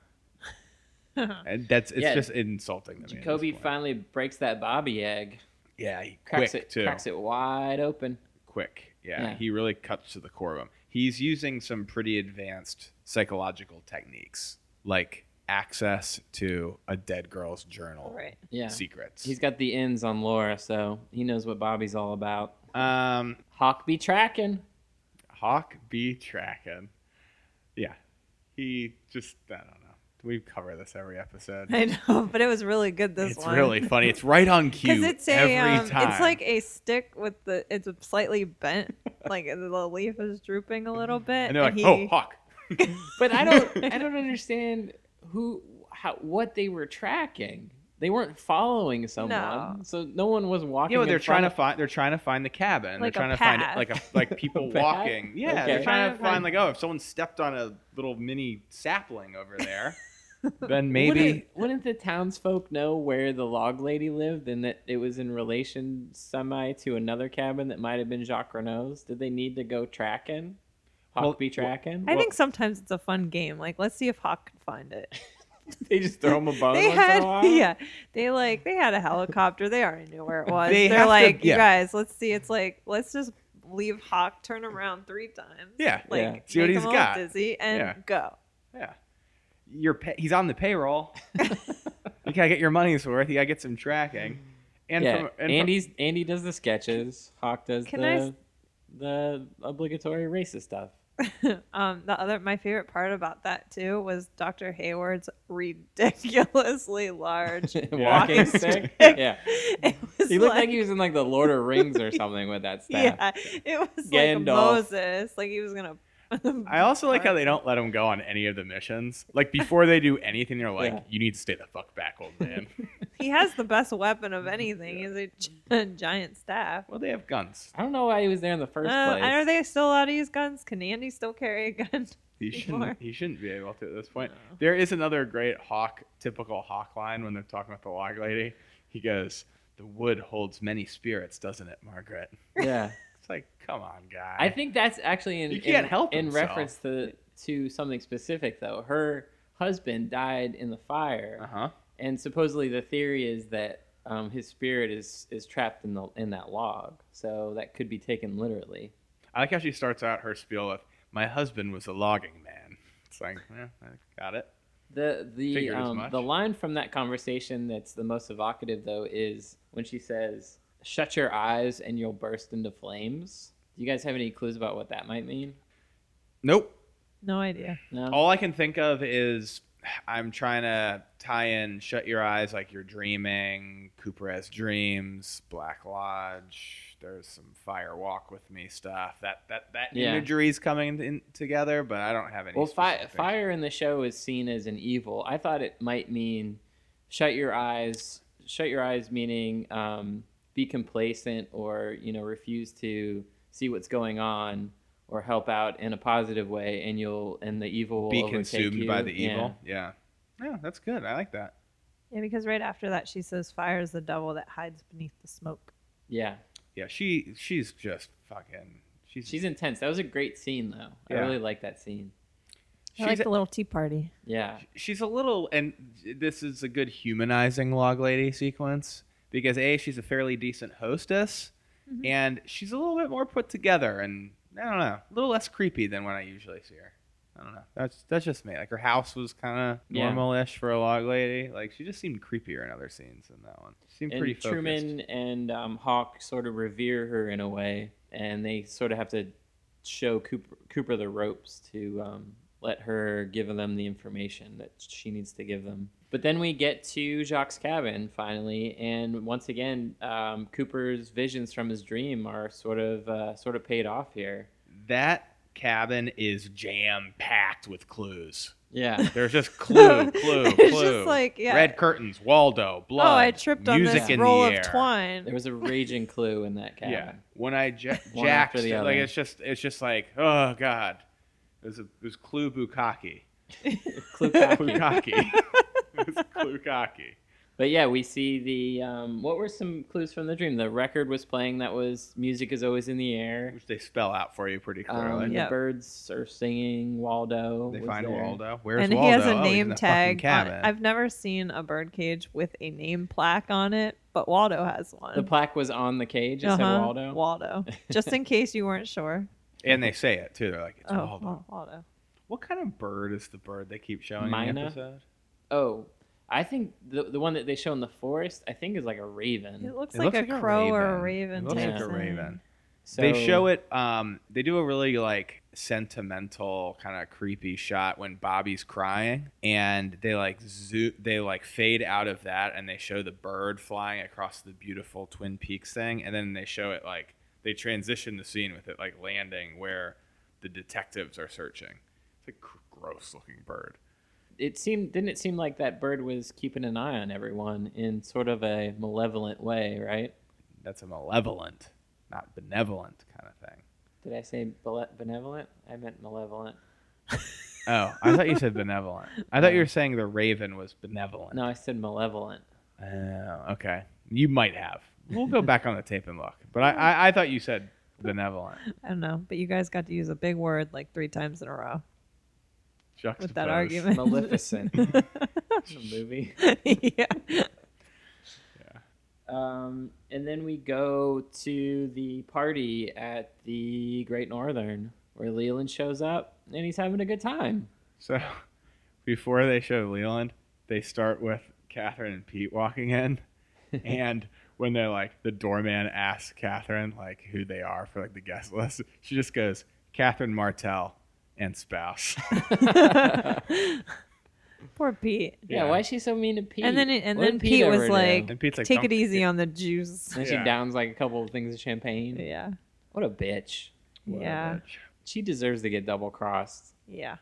Speaker 2: And that's it's
Speaker 1: Yeah.
Speaker 2: just insulting to me. at this
Speaker 1: Jacoby
Speaker 2: point.
Speaker 1: finally breaks that Bobby egg,
Speaker 2: yeah, he
Speaker 1: cracks
Speaker 2: quick
Speaker 1: it,
Speaker 2: too.
Speaker 1: cracks it wide open.
Speaker 2: Quick, yeah,
Speaker 1: Yeah.
Speaker 2: He really cuts to the core of him. He's using some pretty advanced psychological techniques, like access to a dead girl's journal
Speaker 3: Right.
Speaker 1: Yeah.
Speaker 2: secrets.
Speaker 1: He's got the ends on Laura, so he knows what Bobby's all about.
Speaker 2: um,
Speaker 1: Hawk be tracking.
Speaker 2: Hawk be tracking. Yeah, he just I don't know. Do we cover this every episode?
Speaker 3: I know, but it was really good this
Speaker 2: it's
Speaker 3: one.
Speaker 2: really funny. It's right on
Speaker 3: because
Speaker 2: cue
Speaker 3: it's
Speaker 2: every
Speaker 3: a um,
Speaker 2: time.
Speaker 3: it's like a stick with the it's slightly bent, like the leaf is drooping a little bit.
Speaker 2: and they're like,
Speaker 3: he,
Speaker 2: "Oh, Hawk."
Speaker 1: But I don't I don't understand who how what they were tracking. They weren't following someone.
Speaker 3: No.
Speaker 1: So no one was walking.
Speaker 2: You know,
Speaker 1: in
Speaker 2: they're trying to
Speaker 1: front
Speaker 2: find they're trying to find the cabin.
Speaker 3: Like
Speaker 2: they're trying
Speaker 3: a
Speaker 2: to find
Speaker 3: path.
Speaker 2: like a like people
Speaker 1: path?
Speaker 2: walking. Yeah,
Speaker 1: Okay.
Speaker 2: they're trying to find like oh, if someone stepped on a little mini sapling over there, Then maybe
Speaker 1: Wouldn't, wouldn't the townsfolk know where the log lady lived and that it was in relation semi to another cabin that might have been Jacques Renault's? Did they need to go tracking? Hawk
Speaker 2: Well,
Speaker 1: be
Speaker 2: well,
Speaker 1: tracking?
Speaker 3: I think sometimes it's a fun game. Like, let's see if Hawk can find it.
Speaker 1: they just throw him a bone
Speaker 3: they
Speaker 1: once in
Speaker 3: had,
Speaker 1: a while.
Speaker 3: yeah, they like they had a helicopter. They already knew where it was.
Speaker 2: They
Speaker 3: They
Speaker 2: have
Speaker 3: are
Speaker 2: to-
Speaker 3: like,
Speaker 2: yeah.
Speaker 3: you guys, let's see. It's like, let's just leave Hawk, turn him around three times.
Speaker 2: Yeah,
Speaker 3: like
Speaker 1: yeah.
Speaker 2: See what
Speaker 3: make
Speaker 2: he's
Speaker 3: him a
Speaker 2: got.
Speaker 3: little dizzy and
Speaker 2: Yeah.
Speaker 3: go.
Speaker 2: yeah, your pay, he's on the payroll. you gotta get your money's worth. You gotta get some tracking. And
Speaker 1: yeah.
Speaker 2: from, and from-
Speaker 1: Andy's Andy does the sketches. Hawk does
Speaker 3: Can
Speaker 1: the
Speaker 3: I s-
Speaker 1: the obligatory racist stuff.
Speaker 3: um, the other my favorite part about that too was Dr. Hayward's ridiculously large.
Speaker 1: Walking
Speaker 3: Walking
Speaker 1: stick.
Speaker 3: stick.
Speaker 1: Yeah.
Speaker 3: it was
Speaker 1: He looked like, he was in like the Lord of Rings or something with that staff.
Speaker 3: yeah, it was
Speaker 1: Gandalf.
Speaker 3: like Moses, like he was gonna.
Speaker 2: I also like how they don't let him go on any of the missions. Like before they do anything, they're like,
Speaker 1: Yeah.
Speaker 2: "You need to stay the fuck back, old man."
Speaker 3: he has the best weapon of anything. He's a gi- giant staff.
Speaker 2: well, they have guns.
Speaker 1: I don't know why he was there in the first
Speaker 3: Uh,
Speaker 1: place.
Speaker 3: are they still allowed to use guns? Can Andy still carry a gun?
Speaker 2: He
Speaker 3: Anymore.
Speaker 2: shouldn't. He shouldn't be able to at this point.
Speaker 3: No.
Speaker 2: There is another great hawk, typical hawk line when they're talking about the log lady. He goes, "The wood holds many spirits, doesn't it, Margaret?"
Speaker 1: Yeah.
Speaker 2: It's like, come on, guy.
Speaker 1: I think that's actually in
Speaker 2: You can't
Speaker 1: in,
Speaker 2: help
Speaker 1: in
Speaker 2: himself.
Speaker 1: reference to to something specific though. Her husband died in the fire,
Speaker 2: Uh huh.
Speaker 1: and supposedly the theory is that um, his spirit is is trapped in the in that log. So that could be taken literally.
Speaker 2: I like how she starts out her spiel with, "My husband was a logging man." It's like, yeah, I got it.
Speaker 1: The the
Speaker 2: Figured as
Speaker 1: um,
Speaker 2: much.
Speaker 1: the line from that conversation that's the most evocative though is when she says, "Shut your eyes and you'll burst into flames." Do you guys have any clues about what that might mean?
Speaker 2: Nope.
Speaker 3: No idea.
Speaker 1: No.
Speaker 2: All I can think of is I'm trying to tie in shut your eyes like you're dreaming, Cooper has dreams, Black Lodge, there's some fire walk with me stuff. That that that
Speaker 1: Yeah.
Speaker 2: imagery is coming in together, but I don't have any
Speaker 1: Well, fi-
Speaker 2: specific-
Speaker 1: fire in the show is seen as an evil. I thought it might mean shut your eyes. Shut your eyes, meaning um, be complacent or you know refuse to see what's going on or help out in a positive way, and you'll and the evil will
Speaker 2: be
Speaker 1: overtake
Speaker 2: consumed
Speaker 1: you.
Speaker 2: by the
Speaker 1: Yeah.
Speaker 2: evil. Yeah. yeah. that's good. I like that.
Speaker 3: Yeah, because right after that she says, "Fire is the devil that hides beneath the smoke."
Speaker 1: Yeah.
Speaker 2: Yeah, she she's just fucking she's
Speaker 1: she's intense. That was a great scene though. I
Speaker 2: Yeah.
Speaker 1: really like that scene.
Speaker 3: I
Speaker 2: she's
Speaker 3: like the little tea party.
Speaker 1: Yeah.
Speaker 2: she's a little and this is a good humanizing log lady sequence because a she's a fairly decent hostess
Speaker 3: Mhm.
Speaker 1: Mm-hmm.
Speaker 2: and she's a little bit more put together and i don't know a little less creepy than when i usually see her i don't know that's that's just me like her house was kind of
Speaker 1: Yeah.
Speaker 2: normal-ish for a log lady like she just seemed creepier in other scenes than that one she seemed
Speaker 1: and
Speaker 2: pretty focused.
Speaker 1: Truman and um, Hawk sort of revere her in a way, and they sort of have to show Cooper, Cooper the ropes to um, let her give them the information that she needs to give them. But then we get to Jacques' cabin finally, and once again, um, Cooper's visions from his dream are sort of uh, sort of paid off here.
Speaker 2: that cabin is jam-packed with clues
Speaker 1: Yeah,
Speaker 2: There's just clue, clue,
Speaker 3: It's
Speaker 2: clue.
Speaker 3: just like, yeah.
Speaker 2: Red curtains, Waldo, blood.
Speaker 3: oh, I tripped on
Speaker 2: music
Speaker 3: this
Speaker 2: in
Speaker 3: roll
Speaker 2: the
Speaker 3: of
Speaker 2: air.
Speaker 1: there
Speaker 3: twine.
Speaker 1: was a raging clue in that cabin.
Speaker 2: Yeah. When I ja-
Speaker 1: One
Speaker 2: jacked,
Speaker 1: after the other.
Speaker 2: like it's just, it's just like, oh god, it was a, it was clue bukaki,
Speaker 1: Clue
Speaker 2: clue
Speaker 1: cocky.
Speaker 2: cocky, it was clue cocky.
Speaker 1: But yeah, we see the um, what were some clues from the dream? The record was playing. That was music is always in the air.
Speaker 2: which they spell out for you pretty clearly.
Speaker 1: Um, The
Speaker 3: Yep.
Speaker 1: birds are singing. Waldo.
Speaker 2: They
Speaker 1: was
Speaker 2: find
Speaker 1: there.
Speaker 2: Waldo. Where's
Speaker 3: And
Speaker 2: Waldo?
Speaker 3: he has
Speaker 2: Oh,
Speaker 3: a
Speaker 2: he's in
Speaker 3: name
Speaker 2: the fucking
Speaker 3: tag. On
Speaker 2: Cabin.
Speaker 3: it. I've never seen a birdcage with a name plaque on it, but Waldo has one.
Speaker 1: The plaque was on the cage. It said
Speaker 3: Uh-huh,
Speaker 1: Waldo.
Speaker 3: Waldo. Just in case you weren't sure.
Speaker 2: and they say it too. They're like, it's
Speaker 3: Oh,
Speaker 2: Waldo.
Speaker 3: Wa- Waldo.
Speaker 2: What kind of bird is the bird they keep showing in
Speaker 1: Mina?
Speaker 2: the episode?
Speaker 1: oh, I think the the one that they show in the forest. I think is like a raven.
Speaker 3: It looks
Speaker 2: It
Speaker 3: like
Speaker 2: looks
Speaker 3: a crow or
Speaker 2: raven.
Speaker 3: a raven.
Speaker 2: It looks
Speaker 3: type
Speaker 2: like a
Speaker 3: thing.
Speaker 2: raven.
Speaker 1: So,
Speaker 2: they show it um they do a really like sentimental kind of creepy shot when bobby's crying and they like zoo they like fade out of that and they show the bird flying across the beautiful twin peaks thing and then they show it like they transition the scene with it like landing where the detectives are searching it's a gr- gross looking bird
Speaker 1: It seemed didn't it seem like that bird was keeping an eye on everyone in sort of a malevolent way, right?
Speaker 2: that's a malevolent not benevolent kind of thing
Speaker 1: Did I say bele- benevolent? I meant malevolent.
Speaker 2: Oh, I thought you said benevolent. I thought you
Speaker 1: No.
Speaker 2: were saying the raven was benevolent.
Speaker 1: No, I said malevolent.
Speaker 2: Oh, okay. You might have. We'll go back on the tape and look. But I, I, I thought you said benevolent.
Speaker 3: I don't know, but you guys got to use a big word like three times in a row with that
Speaker 2: Juxtapose.
Speaker 3: argument.
Speaker 1: Maleficent. the movie.
Speaker 3: yeah.
Speaker 1: Um, and then we go to the party at the Great Northern where Leland shows up and he's having a good time.
Speaker 2: So before they show Leland, they start with Catherine and Pete walking in. and when they're like, the doorman asks Catherine like who they are for like the guest list, she just goes, Catherine Martell and spouse.
Speaker 1: yeah,
Speaker 3: Poor Pete.
Speaker 2: Yeah.
Speaker 1: why is she so mean to Pete?
Speaker 3: And then and
Speaker 1: What
Speaker 3: then
Speaker 1: did
Speaker 3: Pete,
Speaker 1: ever
Speaker 3: was
Speaker 1: do?
Speaker 3: like,
Speaker 2: And Pete's like,
Speaker 3: take
Speaker 2: "Don't
Speaker 3: it easy
Speaker 2: get-
Speaker 3: on the juice.
Speaker 1: and then
Speaker 2: Yeah.
Speaker 1: she downs like a couple of things of champagne.
Speaker 3: Yeah.
Speaker 1: What a bitch.
Speaker 2: What a
Speaker 3: Yeah.
Speaker 2: bitch.
Speaker 1: She deserves to get double crossed.
Speaker 3: Yeah.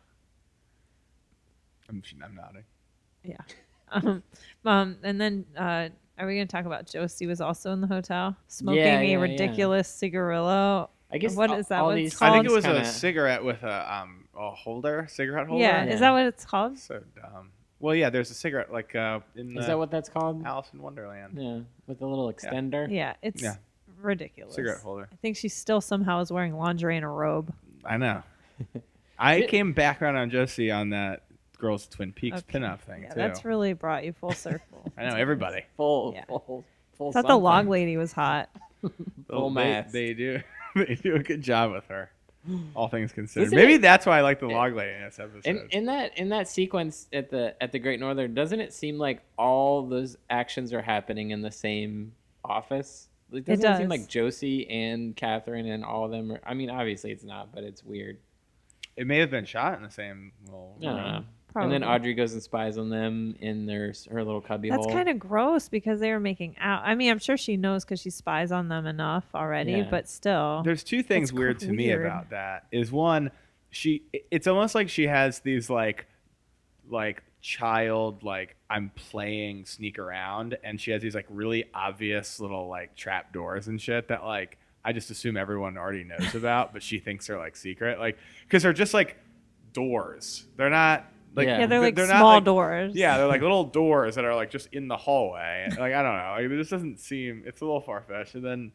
Speaker 2: I'm, I'm nodding.
Speaker 3: Um, um, and then uh, are we going to talk about Josie was also in the hotel smoking
Speaker 1: Yeah,
Speaker 3: a
Speaker 1: yeah, yeah.
Speaker 3: ridiculous cigarillo?
Speaker 1: I guess
Speaker 3: What
Speaker 1: all-
Speaker 3: is that
Speaker 1: all
Speaker 3: one
Speaker 1: these
Speaker 2: I
Speaker 3: called?
Speaker 2: think it was
Speaker 1: songs
Speaker 2: a
Speaker 1: kinda-
Speaker 2: cigarette with a um a holder, cigarette holder.
Speaker 3: yeah,
Speaker 1: Yeah.
Speaker 3: is that what it's called?
Speaker 2: So dumb. Well, yeah, there's a cigarette like uh in
Speaker 1: Is
Speaker 2: the
Speaker 1: that what that's called?
Speaker 2: Alice in Wonderland
Speaker 1: Yeah, with a little extender.
Speaker 3: Yeah, it's
Speaker 2: Yeah.
Speaker 3: ridiculous.
Speaker 2: cigarette holder.
Speaker 3: I think she still somehow is wearing lingerie and a robe.
Speaker 2: I know. I
Speaker 1: It-
Speaker 2: came back around on Josie on that girls Twin Peaks
Speaker 3: Okay.
Speaker 2: pinup thing
Speaker 3: yeah,
Speaker 2: too.
Speaker 3: that's really brought you full circle.
Speaker 2: I know everybody.
Speaker 1: Full,
Speaker 3: Yeah.
Speaker 1: full,
Speaker 3: I
Speaker 1: full.
Speaker 3: thought the log
Speaker 1: something.
Speaker 3: lady was hot.
Speaker 1: Full
Speaker 2: they,
Speaker 1: mast.
Speaker 2: They do. They do a good job with her. All things considered,
Speaker 1: Isn't
Speaker 2: maybe
Speaker 1: it-
Speaker 2: that's why I like the
Speaker 1: it-
Speaker 2: log lady in this episode.
Speaker 1: In, in that in that sequence at the at the Great Northern, doesn't it seem like all those actions are happening in the same office? Like,
Speaker 3: It
Speaker 1: doesn't it, seem
Speaker 3: does.
Speaker 1: like Josie and Catherine and all of them? Are, I mean, obviously it's not, but it's weird.
Speaker 2: it may have been shot in the same. Well,
Speaker 1: I don't know. Um, And
Speaker 3: Probably.
Speaker 1: then Audrey goes and spies on them in their s- her little cubbyhole.
Speaker 3: That's kind of gross because they were making out. I mean, I'm sure she knows because she spies on them enough already,
Speaker 1: Yeah.
Speaker 3: but still.
Speaker 2: There's two things
Speaker 3: That's
Speaker 2: weird to me
Speaker 3: weird.
Speaker 2: about that. Is one, she it's almost like she has these like like child like I'm playing sneak around and she has these like really obvious little like trap doors and shit that like I just assume everyone already knows about, but she thinks they're like secret. Like cuz they're just like doors. They're not like
Speaker 1: Yeah.
Speaker 3: yeah, they're like
Speaker 2: not,
Speaker 3: small
Speaker 2: like-
Speaker 3: doors.
Speaker 2: yeah, they're like little doors that are like just in the hallway. Like I don't know, like it just doesn't seem. It's a little far fetched. And then,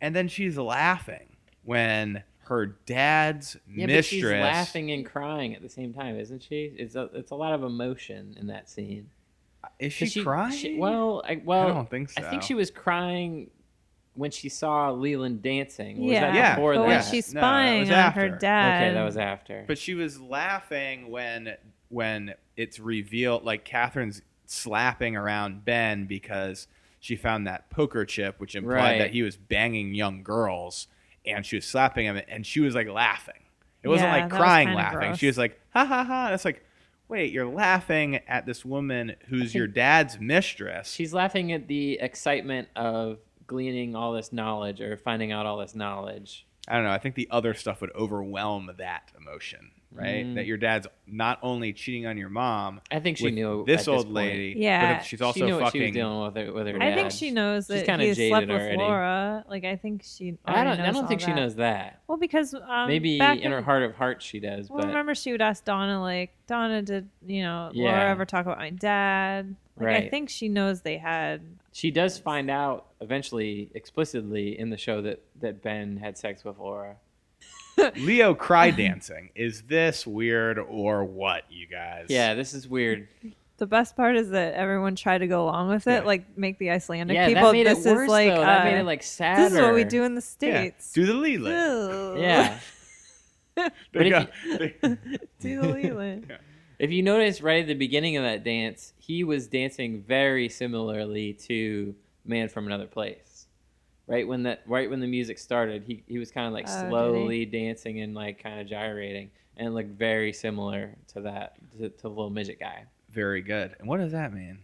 Speaker 2: and then she's laughing when her dad's
Speaker 1: yeah, but
Speaker 2: mistress.
Speaker 1: she's laughing and crying at the same time, isn't she? It's a it's a lot of emotion in that scene.
Speaker 2: Is she,
Speaker 1: 'Cause
Speaker 2: crying?
Speaker 1: well, I, well,
Speaker 2: I don't think so.
Speaker 1: I think she was crying when she saw Leland dancing. Or Was
Speaker 3: Yeah.
Speaker 1: that
Speaker 2: Yeah,
Speaker 1: before
Speaker 3: But when
Speaker 1: that?
Speaker 2: yeah.
Speaker 3: she's
Speaker 2: No, that
Speaker 3: spying
Speaker 2: was
Speaker 3: on her
Speaker 2: after.
Speaker 3: dad.
Speaker 1: okay, that was after.
Speaker 2: But she was laughing when when it's revealed, like Catherine's slapping around Ben because she found that poker chip, which implied
Speaker 1: Right.
Speaker 2: that he was banging young girls, and she was slapping him, and she was like laughing. It wasn't
Speaker 3: Yeah,
Speaker 2: like
Speaker 3: that was
Speaker 2: crying,
Speaker 3: kinda
Speaker 2: laughing.
Speaker 3: gross.
Speaker 2: She was like ha ha ha. And it's like, wait, you're laughing at this woman who's your dad's mistress.
Speaker 1: she's laughing at the excitement of gleaning all this knowledge or finding out all this knowledge.
Speaker 2: I don't know. I think the other stuff would overwhelm that emotion, right?
Speaker 1: Mm.
Speaker 2: That your dad's not only cheating on your mom.
Speaker 1: I think she
Speaker 2: with
Speaker 1: knew at
Speaker 2: this old
Speaker 1: point.
Speaker 2: lady.
Speaker 3: Yeah.
Speaker 2: but if she's
Speaker 1: She
Speaker 2: also
Speaker 1: knew what she was
Speaker 2: fucking.
Speaker 1: dealing with her, with her
Speaker 3: I
Speaker 1: dad.
Speaker 3: think she knows
Speaker 1: She's
Speaker 3: that
Speaker 1: kinda
Speaker 3: he
Speaker 1: jaded
Speaker 3: slept with
Speaker 1: already.
Speaker 3: Laura. Like I think she.
Speaker 1: I
Speaker 3: already
Speaker 1: don't. I
Speaker 3: knows
Speaker 1: don't think
Speaker 3: all
Speaker 1: she
Speaker 3: that.
Speaker 1: knows that.
Speaker 3: Well, because um,
Speaker 1: Maybe
Speaker 3: back
Speaker 1: in her heart of hearts she does,
Speaker 3: Well,
Speaker 1: but
Speaker 3: remember she would ask Donna like, Donna, did you know Laura
Speaker 1: Yeah.
Speaker 3: ever talk about my dad? Like I
Speaker 1: Right.
Speaker 3: think she knows they had.
Speaker 1: she does find out eventually, explicitly in the show that that Ben had sex with Laura.
Speaker 2: Leo cry dancing. Is this weird or what, you guys?
Speaker 1: Yeah, this is weird.
Speaker 3: The best part is that everyone tried to go along with
Speaker 2: Yeah.
Speaker 3: it, like make the Icelandic
Speaker 1: yeah,
Speaker 3: people.
Speaker 1: that made
Speaker 3: this
Speaker 1: it
Speaker 3: is
Speaker 1: worse
Speaker 3: like,
Speaker 1: though. that
Speaker 3: uh,
Speaker 1: made it like sadder.
Speaker 3: this is what we do in the
Speaker 2: Yeah.
Speaker 3: states.
Speaker 2: Do the Leland.
Speaker 3: Ew.
Speaker 1: Yeah. But
Speaker 2: They
Speaker 1: if
Speaker 2: go-
Speaker 1: you-
Speaker 2: they-
Speaker 3: Do the Leland.
Speaker 1: If you notice right at the beginning of that dance, he was dancing very similarly to Man from Another Place. Right when that right when the music started, he, he was kind of like
Speaker 3: Oh, did he?
Speaker 1: slowly dancing and like kind of gyrating and it looked very similar to that to, to the little midget guy.
Speaker 2: Very good. And what does that mean?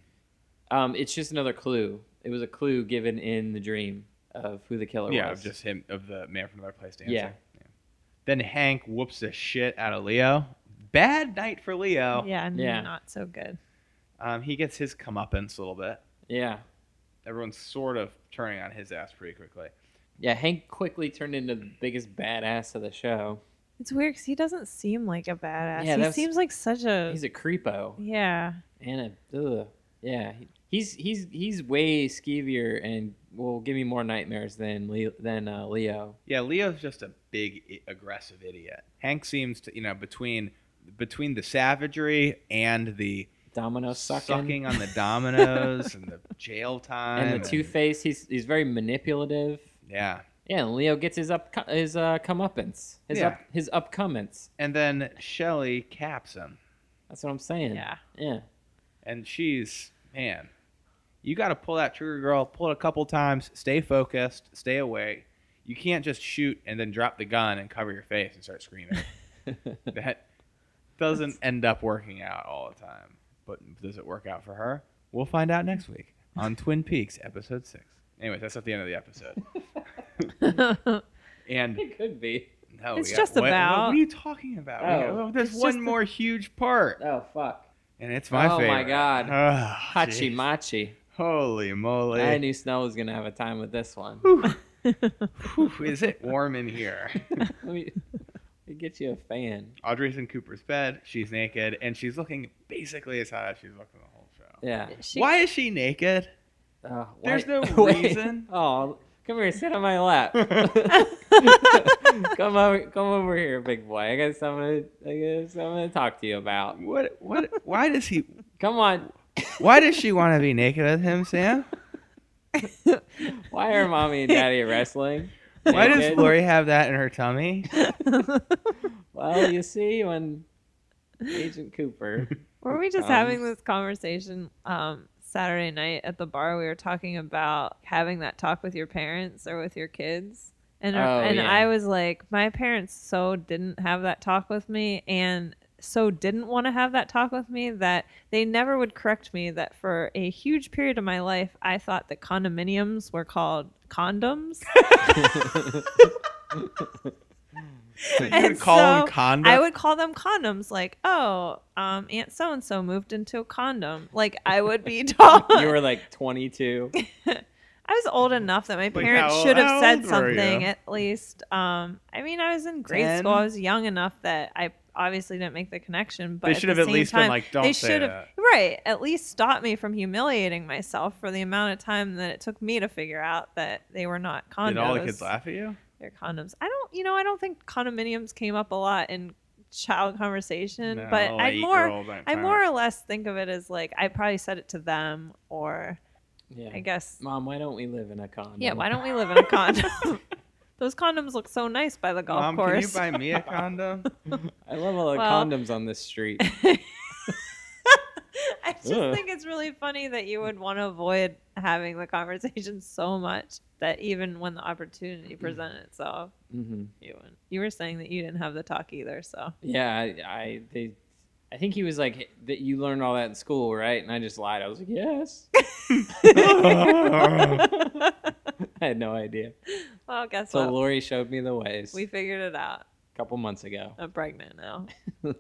Speaker 1: Um, it's just another clue. It was a clue given in the dream of who the killer
Speaker 2: yeah,
Speaker 1: was.
Speaker 2: of just him, of the man from another place dancing.
Speaker 1: Yeah.
Speaker 2: Then Hank whoops the shit out of Leo. Bad night for Leo.
Speaker 3: Yeah, n-
Speaker 1: Yeah.
Speaker 3: not so good.
Speaker 2: Um, he gets his comeuppance a little bit.
Speaker 1: yeah.
Speaker 2: Everyone's sort of turning on his ass pretty quickly.
Speaker 1: Yeah, Hank quickly turned into the biggest badass of the show.
Speaker 3: It's weird because he doesn't seem like a badass.
Speaker 1: Yeah,
Speaker 3: he
Speaker 1: that's-
Speaker 3: seems like such a.
Speaker 1: He's a creepo.
Speaker 3: yeah.
Speaker 1: And a ugh. yeah, he- he's he's he's way skeevier and will give me more nightmares than Leo, than uh, Leo.
Speaker 2: Yeah, Leo's just a big i- aggressive idiot. Hank seems to, you know, between between the savagery and the
Speaker 1: Domino sucking,
Speaker 2: sucking on the dominoes and the jail time
Speaker 1: and the Two Face. He's he's very manipulative.
Speaker 2: Yeah.
Speaker 1: Yeah, and Leo gets his up his uh, comeuppance, his
Speaker 2: Yeah.
Speaker 1: up his upcomings.
Speaker 2: And then Shelly caps him.
Speaker 1: That's what I'm saying.
Speaker 3: Yeah.
Speaker 1: yeah.
Speaker 2: And she's, man, you got to pull that trigger, girl. Pull it a couple times. Stay focused. Stay away. You can't just shoot and then drop the gun and cover your face and start screaming. that doesn't end up working out all the time. But does it work out for her? We'll find out next week on Twin Peaks, episode six. Anyways, that's not the end of the episode. And
Speaker 1: It could be.
Speaker 2: no,
Speaker 3: It's
Speaker 2: we got-
Speaker 3: just
Speaker 2: what- what-
Speaker 3: about-
Speaker 2: What are you talking about? We
Speaker 1: Oh,
Speaker 2: got- there's
Speaker 3: it's just
Speaker 2: one
Speaker 3: the-
Speaker 2: more huge part,
Speaker 1: Oh fuck.
Speaker 2: and it's my
Speaker 1: Oh, my
Speaker 2: favorite.
Speaker 1: God.
Speaker 2: Oh, jeez.
Speaker 1: Hachimachi.
Speaker 2: Holy moly.
Speaker 1: I knew Snow was gonna have a time with this one.
Speaker 2: Whew, is it warm in here?
Speaker 1: let, me, let me get you a fan.
Speaker 2: Audrey's in Cooper's bed. She's naked, and she's looking basically as hot as she's looked in the whole show.
Speaker 1: Yeah.
Speaker 3: She,
Speaker 2: Why is she naked?
Speaker 1: Uh,
Speaker 2: There's
Speaker 1: why-
Speaker 2: no
Speaker 1: wait.
Speaker 2: reason.
Speaker 1: Oh, come here, sit on my lap. come over, come over here, big boy. I got something. I got something to talk to you about.
Speaker 2: What? What? Why does he?
Speaker 1: Come on.
Speaker 2: Why does she want to be naked with him, Sam?
Speaker 1: Why are mommy and daddy wrestling?
Speaker 2: Why does
Speaker 1: Naked?
Speaker 2: Lori have that in her tummy?
Speaker 1: Well, you see, when Agent Cooper.
Speaker 3: Were we just
Speaker 1: Um,
Speaker 3: having this conversation um, Saturday night at the bar? We were talking about having that talk with your parents or with your kids. And, uh,
Speaker 1: Oh,
Speaker 3: and
Speaker 1: yeah.
Speaker 3: I was like, my parents so didn't have that talk with me and so didn't want to have that talk with me that they never would correct me that for a huge period of my life, I thought that condominiums were called condoms.
Speaker 2: You
Speaker 3: And
Speaker 2: would call him
Speaker 3: so
Speaker 2: condoms.
Speaker 3: I would call them condoms. Like, oh, um, Aunt so and so moved into a condom. Like, I would be taught.
Speaker 1: You were like 22.
Speaker 3: I was old enough that my
Speaker 2: Like,
Speaker 3: parents
Speaker 2: how-
Speaker 3: should
Speaker 2: how
Speaker 3: have said
Speaker 2: old were you?
Speaker 3: something at least. Um, I mean, I was in grade
Speaker 2: Ten?
Speaker 3: school. I was young enough that I obviously didn't make the connection. But
Speaker 2: They
Speaker 3: at
Speaker 2: should
Speaker 3: the
Speaker 2: have at
Speaker 3: same
Speaker 2: least
Speaker 3: time,
Speaker 2: been like, "Don't
Speaker 3: they
Speaker 2: say
Speaker 3: should have-
Speaker 2: that."
Speaker 3: Right, at least stop me from humiliating myself for the amount of time that it took me to figure out that they were not condoms.
Speaker 2: Did all the kids laugh at you?
Speaker 3: They're condoms. I don't, you know, I don't think condominiums came up a lot in child conversation, but
Speaker 2: No,
Speaker 3: I more,
Speaker 2: eight-year-olds aren't
Speaker 3: I
Speaker 2: talking
Speaker 3: more or less think of it as like I probably said it to them, or I
Speaker 1: Yeah.
Speaker 2: Mm.
Speaker 3: guess
Speaker 1: Mom, why don't we live in a condo?
Speaker 3: yeah, why don't we live in a condom? Those condoms look so nice by the golf
Speaker 2: Mom,
Speaker 3: course.
Speaker 2: can you buy me a condom?
Speaker 1: I love all the
Speaker 3: Well-
Speaker 1: condoms on this street.
Speaker 3: I just
Speaker 1: Ugh.
Speaker 3: think it's really funny that you would want to avoid having the conversation so much that even when the opportunity presented itself,
Speaker 1: hmm
Speaker 3: you wouldn't. You were saying that you didn't have the talk either, so
Speaker 1: Yeah, I, I they, I think he was like that. You learned all that in school, right? And I just lied. I was like, yes.
Speaker 2: Uh.
Speaker 1: I had no idea.
Speaker 3: well, guess
Speaker 1: So
Speaker 3: what?
Speaker 1: Lori showed me the ways
Speaker 3: we figured it out.
Speaker 1: a couple months ago.
Speaker 3: I'm pregnant now.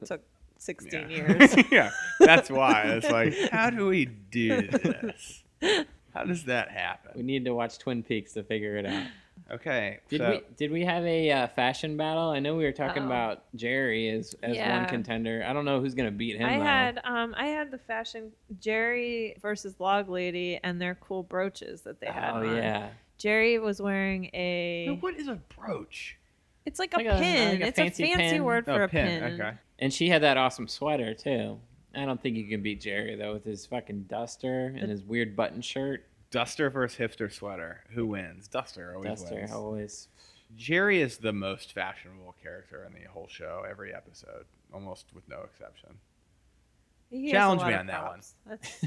Speaker 3: took 16
Speaker 2: Yeah.
Speaker 3: years.
Speaker 2: yeah, that's why. It's like, how do we do this? How does that
Speaker 1: We
Speaker 2: happen?
Speaker 1: need to watch Twin Peaks to figure it out.
Speaker 2: Okay,
Speaker 1: Did
Speaker 2: so
Speaker 1: we did we have a uh, fashion battle? I know we were talking
Speaker 3: Uh-oh.
Speaker 1: about Jerry as as one
Speaker 3: Yeah.
Speaker 1: contender. I don't know who's gonna beat him.
Speaker 3: I
Speaker 2: uh,
Speaker 1: though.
Speaker 3: had um I had the fashion Jerry versus Log Lady and their cool brooches that they had.
Speaker 1: Oh
Speaker 3: on.
Speaker 1: yeah.
Speaker 3: Jerry was wearing a
Speaker 2: Now, what is a brooch?
Speaker 3: it's like a
Speaker 1: Like a- like
Speaker 3: pin.
Speaker 1: a
Speaker 3: it's a
Speaker 1: fancy
Speaker 3: fancy
Speaker 1: pin.
Speaker 3: word for
Speaker 2: oh,
Speaker 3: a pin.
Speaker 2: Okay.
Speaker 1: And she had that awesome sweater too. I don't think you can beat Jerry though with his fucking duster and his weird button shirt.
Speaker 2: Duster versus hipster sweater. Who wins? Duster always
Speaker 1: Duster
Speaker 2: wins.
Speaker 1: always.
Speaker 2: Jerry is the most fashionable character in the whole show, every episode, almost with no exception.
Speaker 3: He has a
Speaker 2: Challenge
Speaker 3: lot
Speaker 2: me
Speaker 3: of
Speaker 2: on that one.
Speaker 3: props. That's-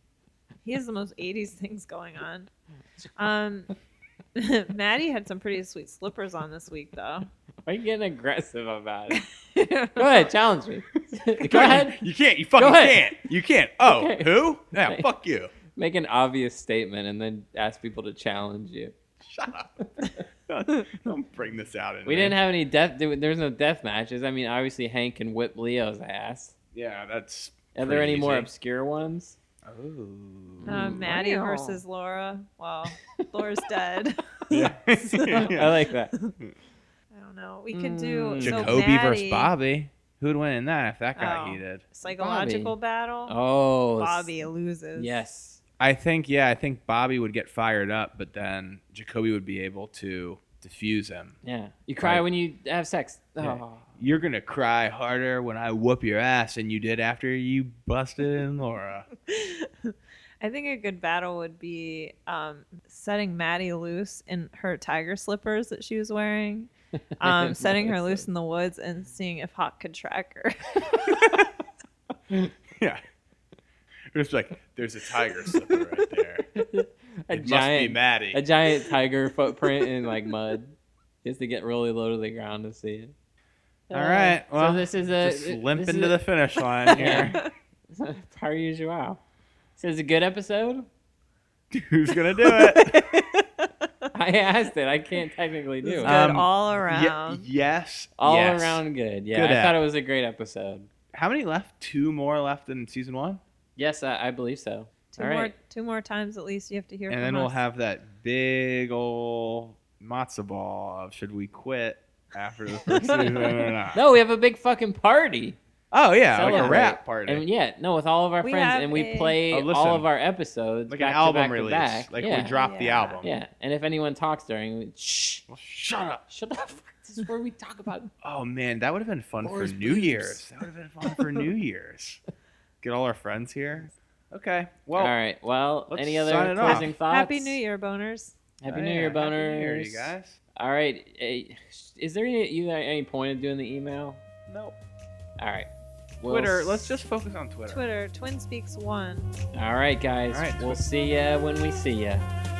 Speaker 3: he has the most 80s things going on. Um Maddie had some pretty sweet slippers on this week though.
Speaker 1: Why are you getting aggressive about it? Go ahead, challenge me. Go ahead.
Speaker 2: You can't. You fucking
Speaker 1: ahead.
Speaker 2: can't. You can't. Oh,
Speaker 1: Okay.
Speaker 2: who? Yeah,
Speaker 1: Okay.
Speaker 2: fuck you.
Speaker 1: Make an obvious statement and then ask people to challenge you.
Speaker 2: Shut up. don't, don't bring this out. In
Speaker 1: We
Speaker 2: me.
Speaker 1: didn't have any death. there- There's no death matches. I mean, obviously Hank can whip Leo's ass.
Speaker 2: Yeah, that's.
Speaker 1: Are there any
Speaker 2: pretty
Speaker 1: more
Speaker 2: easy.
Speaker 1: obscure ones?
Speaker 2: Oh.
Speaker 3: Uh, Maddie
Speaker 1: wow.
Speaker 3: versus Laura. Well, Laura's dead.
Speaker 2: Yeah.
Speaker 1: I like that.
Speaker 3: don't know. We could
Speaker 2: Hmm.
Speaker 3: do
Speaker 1: Mm.
Speaker 3: so
Speaker 2: Jacoby versus
Speaker 3: Maddie-
Speaker 2: Bobby. Who would win in that if that got
Speaker 3: Oh.
Speaker 2: heated?
Speaker 3: psychological battle.
Speaker 1: Oh, s-
Speaker 3: Bobby loses.
Speaker 1: Yes.
Speaker 2: I think yeah, I think Bobby would get fired up, but then Jacoby would be able to defuse him.
Speaker 1: Yeah. You cry
Speaker 2: Right.
Speaker 1: when you have sex. Oh.
Speaker 2: Yeah. You're gonna cry harder when I whoop your ass than you did after you busted in Laura.
Speaker 3: I think a good battle would be um, setting Maddie loose in her tiger slippers that she was wearing, um, setting her loose in the woods and seeing if Hawk could track her.
Speaker 2: yeah. It's like there's a tiger slipper right there.
Speaker 1: a
Speaker 2: it must be
Speaker 1: giant,
Speaker 2: Maddie.
Speaker 1: a giant tiger footprint in like mud. You have to get really low to the ground to see it.
Speaker 2: All right, well,
Speaker 1: so this is a
Speaker 2: Just
Speaker 1: this
Speaker 2: limp
Speaker 1: is
Speaker 2: into
Speaker 1: a-
Speaker 2: the finish line here.
Speaker 1: Yeah. Par usual. This is a good episode.
Speaker 2: Who's gonna do it?
Speaker 1: I asked it. I can't technically do it.
Speaker 3: Good
Speaker 2: Um,
Speaker 3: all
Speaker 2: Ye-
Speaker 3: around.
Speaker 2: yes.
Speaker 1: All
Speaker 2: yes.
Speaker 1: around good. Yeah,
Speaker 2: Good
Speaker 1: I
Speaker 2: app.
Speaker 1: thought it was a great episode.
Speaker 2: How many left? Two more left in season one,
Speaker 1: Yes, I, I believe so.
Speaker 3: two
Speaker 1: all
Speaker 3: more,
Speaker 1: right.
Speaker 3: two more times at least. You have to hear.
Speaker 2: and
Speaker 3: from
Speaker 2: then we'll
Speaker 3: us.
Speaker 2: have that big old matzo ball of should we quit after the first season or not?
Speaker 1: No, we have a big fucking party.
Speaker 2: Oh yeah, like a
Speaker 1: Celebrate.
Speaker 2: rap party,
Speaker 1: And yeah, no, with all of our
Speaker 3: We
Speaker 1: friends,
Speaker 3: have
Speaker 1: and we
Speaker 3: a-
Speaker 1: play
Speaker 2: Oh, listen.
Speaker 1: all of our episodes,
Speaker 2: like an
Speaker 1: back to
Speaker 2: album
Speaker 1: back to
Speaker 2: release.
Speaker 1: back.
Speaker 2: Like
Speaker 1: yeah.
Speaker 2: we drop the
Speaker 3: Yeah.
Speaker 2: album.
Speaker 1: Yeah, and if anyone talks during, we, shh,
Speaker 2: Well, shut up.
Speaker 1: shut the fuck. This is where we talk about.
Speaker 2: Oh man, that would have been fun
Speaker 1: Boris
Speaker 2: for New
Speaker 1: Bleeps.
Speaker 2: Year's. That would have been fun for New Year's. Get all our friends here. Okay. Well,
Speaker 1: all right. Well,
Speaker 2: let's
Speaker 1: any other
Speaker 2: sign it off. Oh,
Speaker 1: closing thoughts?
Speaker 3: Happy New Year, boners.
Speaker 1: Happy
Speaker 2: yeah,
Speaker 1: New Year,
Speaker 2: Happy
Speaker 1: boners.
Speaker 2: New Year, you guys.
Speaker 1: All right. eh, Is there any, you got any point of doing the email?
Speaker 2: Nope.
Speaker 1: All right. We'll
Speaker 2: Twitter.
Speaker 1: s-
Speaker 2: Let's just focus on Twitter.
Speaker 3: Twitter, Twin Speaks One.
Speaker 1: All right, guys.
Speaker 2: All right.
Speaker 1: We'll see ya when we see ya.